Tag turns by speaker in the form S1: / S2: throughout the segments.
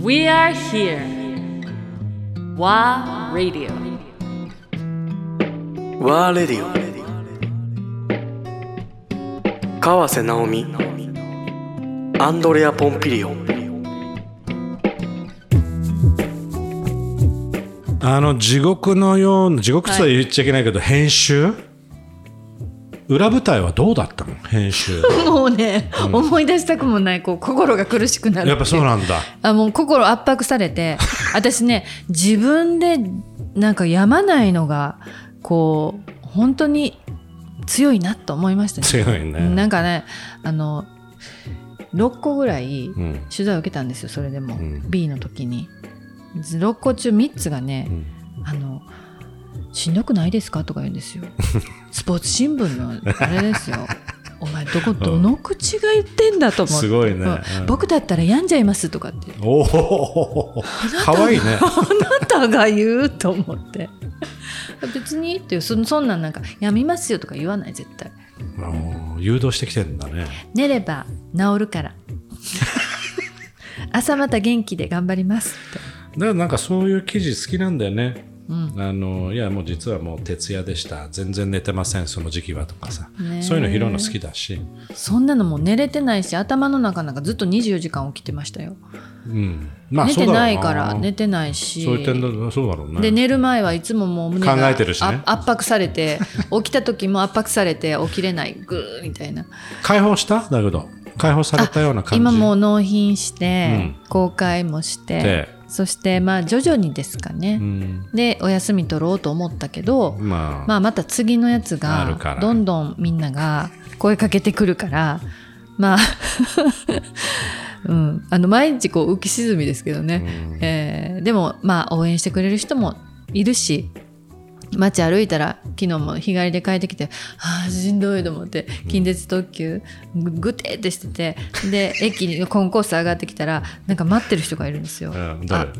S1: We are here. WA Radio.
S2: ワーレディオ川瀬直美アンドレア・ポンピリオ
S3: あの地獄のような地獄とは言っちゃいけないけど、編集裏舞台はどうだったの編 集
S4: もうね、思い出したくもないこう心が苦しくなる
S3: やっぱそう
S4: な
S3: なんだ
S4: あもう心圧迫され て私ね自分でなんかやまないのがこう本当に強いなと思いましたね
S3: 強いね
S4: なんかねあの6個ぐらい
S3: うん
S4: 取材を受けたんですよそれでも、
S3: うん
S4: B の時に6個中3つがね、
S3: ん
S4: あのしんどくないですかとか言う んですよスポーツ新聞のあれですよお前どこどの口が言ってんだと思って、
S3: すごいね
S4: うん
S3: うん
S4: 僕だったら病んじゃいますとかって
S3: おおかわいい ね
S4: あなたが言うと思って別にっていうそそんなんなんかやみますよとか言わない絶対
S3: うん誘導してきてんだね
S4: 寝れば治るから朝また元気で頑張りますって
S3: だからなんかそういう記事好きなんだよね、
S4: うん
S3: あのいやもう実はもう徹夜でした全然寝てませんその時期はとかさ
S4: ねえ
S3: そういうの拾うの好きだし、
S4: そんなのもう寝れてないし頭の中なんかずっと24時間起きてましたよ、
S3: うん、まあ
S4: 寝
S3: そうだ
S4: て
S3: ろう
S4: ないから寝てないし
S3: そういう点だそうだろうね
S4: で寝る前はいつももう胸が
S3: 考えてるしね
S4: あ圧迫さ れて起きた時も圧迫されて起きれないグーみたいな
S3: 解放しただけど解放されたような感じ
S4: 今もう納品して、
S3: う
S4: 公開もして
S3: で
S4: そしてまあ徐々にですかね、
S3: うん
S4: でお休み取ろうと思ったけど、
S3: まあ、
S4: まあ、また次のやつ
S3: あるか
S4: が
S3: ら
S4: どんどんみんなが声かけてくるからまあ、 うん、あの毎日こう浮き沈みですけどね、
S3: うん
S4: えーでもまあ応援してくれる人もいるし街歩いたら昨日も日帰りで帰ってきて「あーしんどい」と思って近鉄特急ぐぐてーってしててで駅にコンコース上がってきたらなんか待ってる人がいるんですよ。
S3: うん誰
S4: あ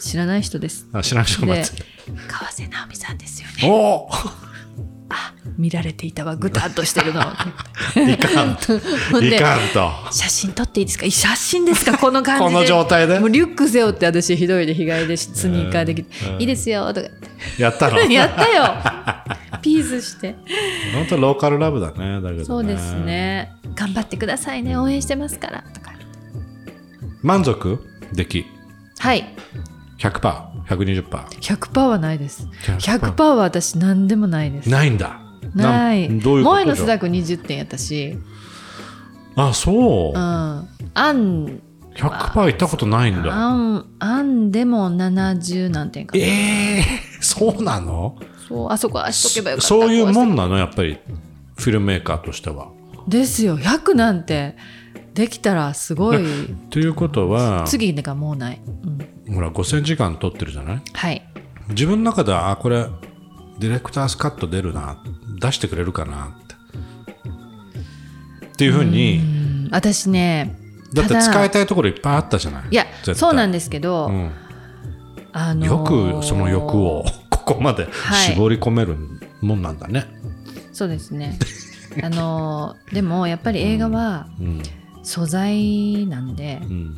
S4: 知らない人です。
S3: あ知らん人待って
S4: 川瀬直美さんですよね。
S3: るおお
S4: 見られていたわぐたっとして るの
S3: いかんと
S4: ほんで
S3: いかんと
S4: 写真撮っていいですかい写真ですかこの感じ で
S3: この状態で
S4: もうリュック背負って私ひどいで日帰りでスニーカーできて
S3: うん
S4: いいですよとか
S3: やったの
S4: やったよピースして
S3: 本当ローカルラブだねだけど、ね、
S4: そうですね頑張ってくださいね応援してますからとか
S3: 満足でき
S4: はい
S3: 100%120%
S4: 100%はないです
S3: 100%
S4: 100%は私何でもないです
S3: ないんだ
S4: ない
S3: んどういうこと
S4: 前の
S3: じ
S4: 須
S3: ゃ
S4: 田君20点やったし
S3: あそう、
S4: うんあん
S3: 100%いったことないんだ
S4: あんあんでも70何点かな
S3: ええー、 そうなの
S4: そうあそこああしとけばよかった
S3: そういうも
S4: こ
S3: んなのやっぱりフィルメーカーとしては
S4: うしてですよ100なんてできたら すごい
S3: ということは
S4: 次がもうない、うん、
S3: ほら5000時間撮ってるじゃない
S4: はい
S3: 自分の中ではあこれディレクタースカット出るな出してくれるかなってっていうふうに
S4: うん私ね
S3: だって使い
S4: い
S3: たいところいっぱいあったじゃない
S4: いやそうなん
S3: で
S4: ですけど、あのー
S3: よくその欲を ここまで
S4: はい
S3: 絞り込めるもんなんだね、
S4: そうですねあのーでもやっぱり映画は
S3: うん
S4: 素材なんで、
S3: うん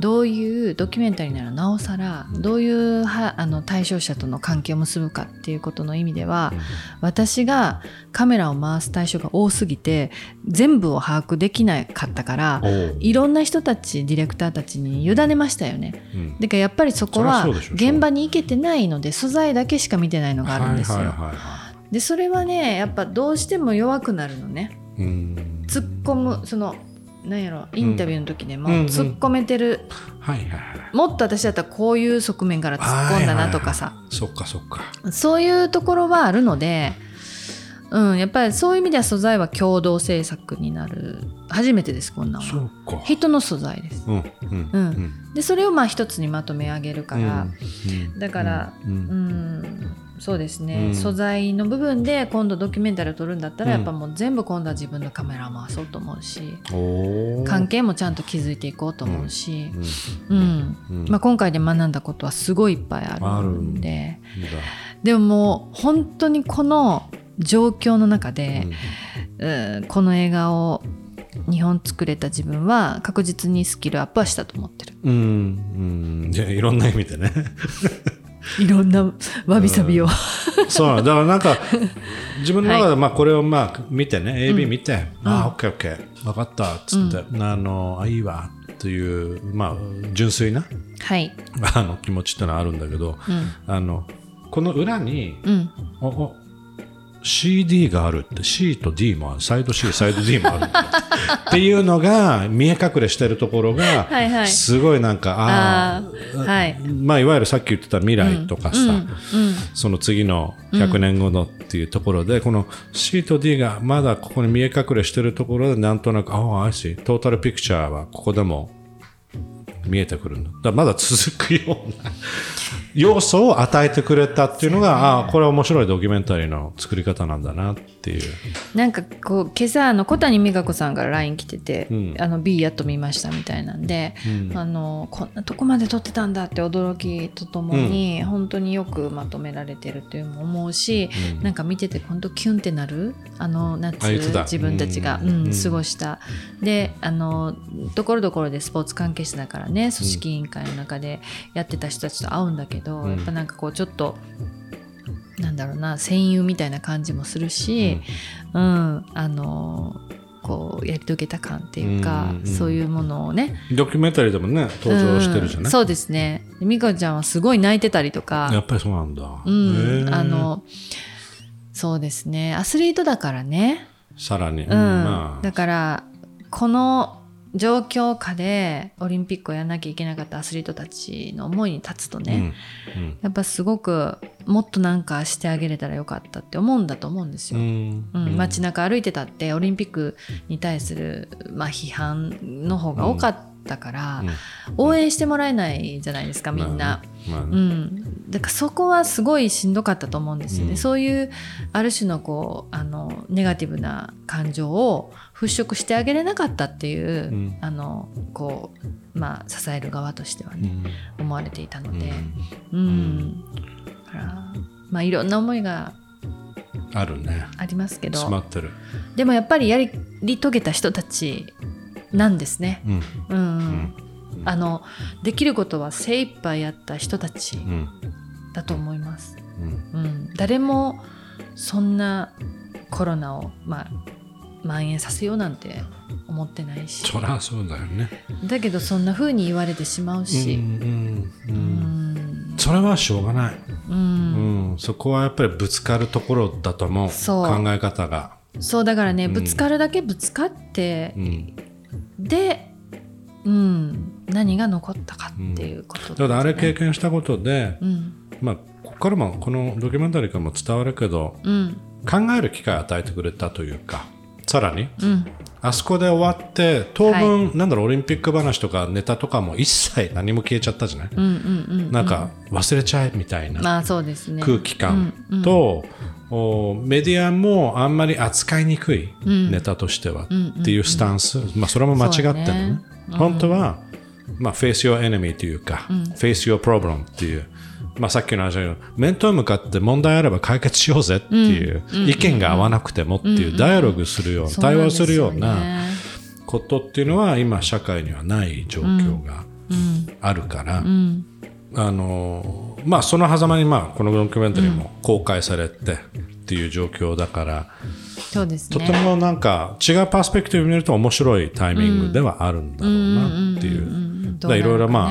S4: どういうドキュメンタリーならなおさらどういうはあの対象者との関係を結ぶかっていうことの意味では、私がカメラを回す対象が多すぎて全部を把握できなかったから
S3: おう
S4: いろんな人たちディレクターたちに委ねましたよね。
S3: うん
S4: だからやっぱりそこは
S3: そりゃそうでしょ
S4: 現場に行けてないので素材だけしか見てないのがあるんですよ。
S3: はいはいはいは
S4: でそれはねやっぱどうしても弱くなるのね。
S3: いうん
S4: 突っ込むそのなんやろインタビューの時でも
S3: うんうんうん
S4: 突っ込めてる、
S3: はいはいはい
S4: もっと私だったらこういう側面から突っ込んだなとかさ、
S3: はいはいはいそっかそっか
S4: そういうところはあるので、うん、やっぱりそういう意味では素材は共同制作になる初めてですこんなん
S3: そ
S4: は
S3: うか
S4: 人の素材です
S3: うんうん
S4: うん
S3: ん
S4: でそれをまあ一つにまとめ上げるから、
S3: うん
S4: だから
S3: うんうん
S4: うんそうです
S3: う
S4: ね、
S3: ん
S4: 素材の部分で今度ドキュメンタリーを撮るんだったら
S3: う
S4: や
S3: ん
S4: っぱもう全部今度は自分のカメラを回そうと思うし
S3: おー
S4: 関係もちゃんと築いていこうと思うし、
S3: う
S4: うんん
S3: うん
S4: まあ、今回で学んだことはすごいいっぱいあるんで。
S3: いいんだ
S4: でももう本当にこの状況の中で、うんこの映画を2本作れた自分は確実にスキルアップはしたと思ってる
S3: うん、うん、いやいろんな意味でね
S4: いろんなわびさびを、
S3: そうなのだからなんか自分の中でまあこれをまあ見てね AB 見て、ああ OKOK 分かったっつって、あのあいいわというまあ純粋な
S4: はい
S3: あの気持ちってのはあるんだけど、あのこの裏に、
S4: ん
S3: おお CD があるって C と D もあるサイド C サイド D もあるっていうのが見え隠れしてるところが
S4: はいはい
S3: すごいなんかあ
S4: あ
S3: あ
S4: あはい
S3: まあ、いわゆるさっき言ってた未来とかさ、その次の100年後のっていうところで、この C と D がまだここに見え隠れしてるところでなんとなく「ああ I see トータルピクチャーはここでも見えてくるんだだからまだ続くような要素を与えてくれたっていうのがああこれは面白いドキュメンタリーの作り方なんだなっていう
S4: なんかこう今朝あの小谷美香子さんから LINE 来てて「
S3: ん
S4: あの B やっと見ました」みたいなんで、あのこんなとこまで撮ってたんだって驚きとともに、本当によくまとめられてるっていうのも思うし、なんか見てて本当キュンってなるあの夏
S3: あ言ってた
S4: 自分たちが、
S3: うん
S4: うん
S3: うん
S4: 過ごした。であのところどころでスポーツ関係者だからね組織委員会の中でやってた人たちと会うんだけど、
S3: ん
S4: やっぱなんかこうちょっと。なんだろうな戦友みたいな感じもするし、うんあのこうやり遂げた感っていうか、
S3: うんうん
S4: そういうものをね
S3: ドキュメンタリーでもね登場してるじゃ
S4: うん
S3: ない、
S4: そうですねで美香ちゃんはすごい泣いてたりと
S3: や
S4: か、
S3: っぱりそうなんだ、
S4: うん
S3: へえ
S4: あのそうですねアスリートだからね、
S3: さらに、
S4: うん
S3: まあ
S4: だからこの状況下でオリンピックをやらなきゃいけなかったアスリートたちの思いに立つとね、
S3: うんうん
S4: やっぱすごくもっとなんかしてあげれたらよかったって思うんだと思うんですよ。
S3: ん
S4: うん、街中歩いてたってオリンピックに対する、まあ、批判の方が多かったから、
S3: うん
S4: 応援してもらえないじゃないですかみんな、。
S3: まあねまあ
S4: う
S3: ね
S4: ん、だからそこはすごいしんどかったと思うんですよね、
S3: うん
S4: そういうある種のこうあのネガティブな感情を払拭してあげれなかったっていう、
S3: うん
S4: あのこうまあ、支える側としてはね、思われていたので、うんだからまあ、いろんな思いが
S3: うんあるね。
S4: ありますけど。
S3: 詰まってる。
S4: でもやっぱりやり遂げた人たちなんですね。
S3: うん
S4: うんうんあのできることは精一杯やった人たち
S3: うん
S4: だと思います。
S3: うん
S4: うん、誰もそんなコロナを、まあ、蔓延させようなんて思ってないし
S3: そりゃそうだよね。
S4: だけどそんな風に言われてしまう
S3: うん
S4: し、
S3: うんう
S4: うんん
S3: それはしょうがない。
S4: う
S3: うんんそこはやっぱりぶつかるところだと思う。
S4: そう
S3: 考え方が。
S4: そうだからね
S3: ん
S4: ぶつかるだけぶつかって
S3: う、ん
S4: で、うん、何が残ったかっていうこと
S3: ただあれ経
S4: ね。
S3: 験したことで、
S4: うん
S3: まあここからもこのドキュメンタリーからも伝わるけど、
S4: うん
S3: 考える機会を与えてくれたというか。さらに
S4: うん
S3: あそこで終わって当分、なんだろうオリンピック話とかネタとかも一切何も消えちゃったじゃない、
S4: うんうんうん
S3: なんか忘れちゃえみたいな
S4: まあそうですね
S3: 空気感と、おメディアもあんまり扱いにくいネタとしてはっていうスタンス、まあ、それも間違ってるの
S4: そう
S3: ね
S4: ね
S3: 本当は、まあ、face your enemy というか、face your problem っていう、まあ、さっきの話だけど面と向かって問題あれば解決しようぜっていう、意見が合わなくてもっていう、ダイアログするような、
S4: そうな
S3: 対
S4: ん
S3: 話
S4: です
S3: するような。
S4: ね
S3: ことっていうのは今社会にはない状況があるから、あのまあ、その狭間にまあこのドキュメンタリーも公開されてっていう状況だから、
S4: そうです
S3: とて
S4: ね
S3: もなんか違うパースペクティブに見ると面白いタイミングではあるんだろうなっていう。だからいろいろまあ、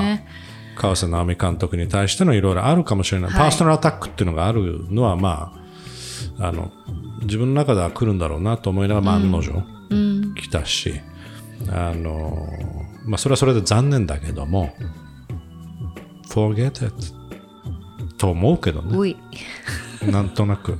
S3: 川瀬直美監督に対してのいろいろあるかもしれない、
S4: はい
S3: パーソナルアタックっていうのがあるのはまああの自分の中では来るんだろうなと思いながら、まあ案の定来たし、あのまあ、それはそれで残念だけども forget it と思うけど
S4: う
S3: ね
S4: い
S3: なんとなく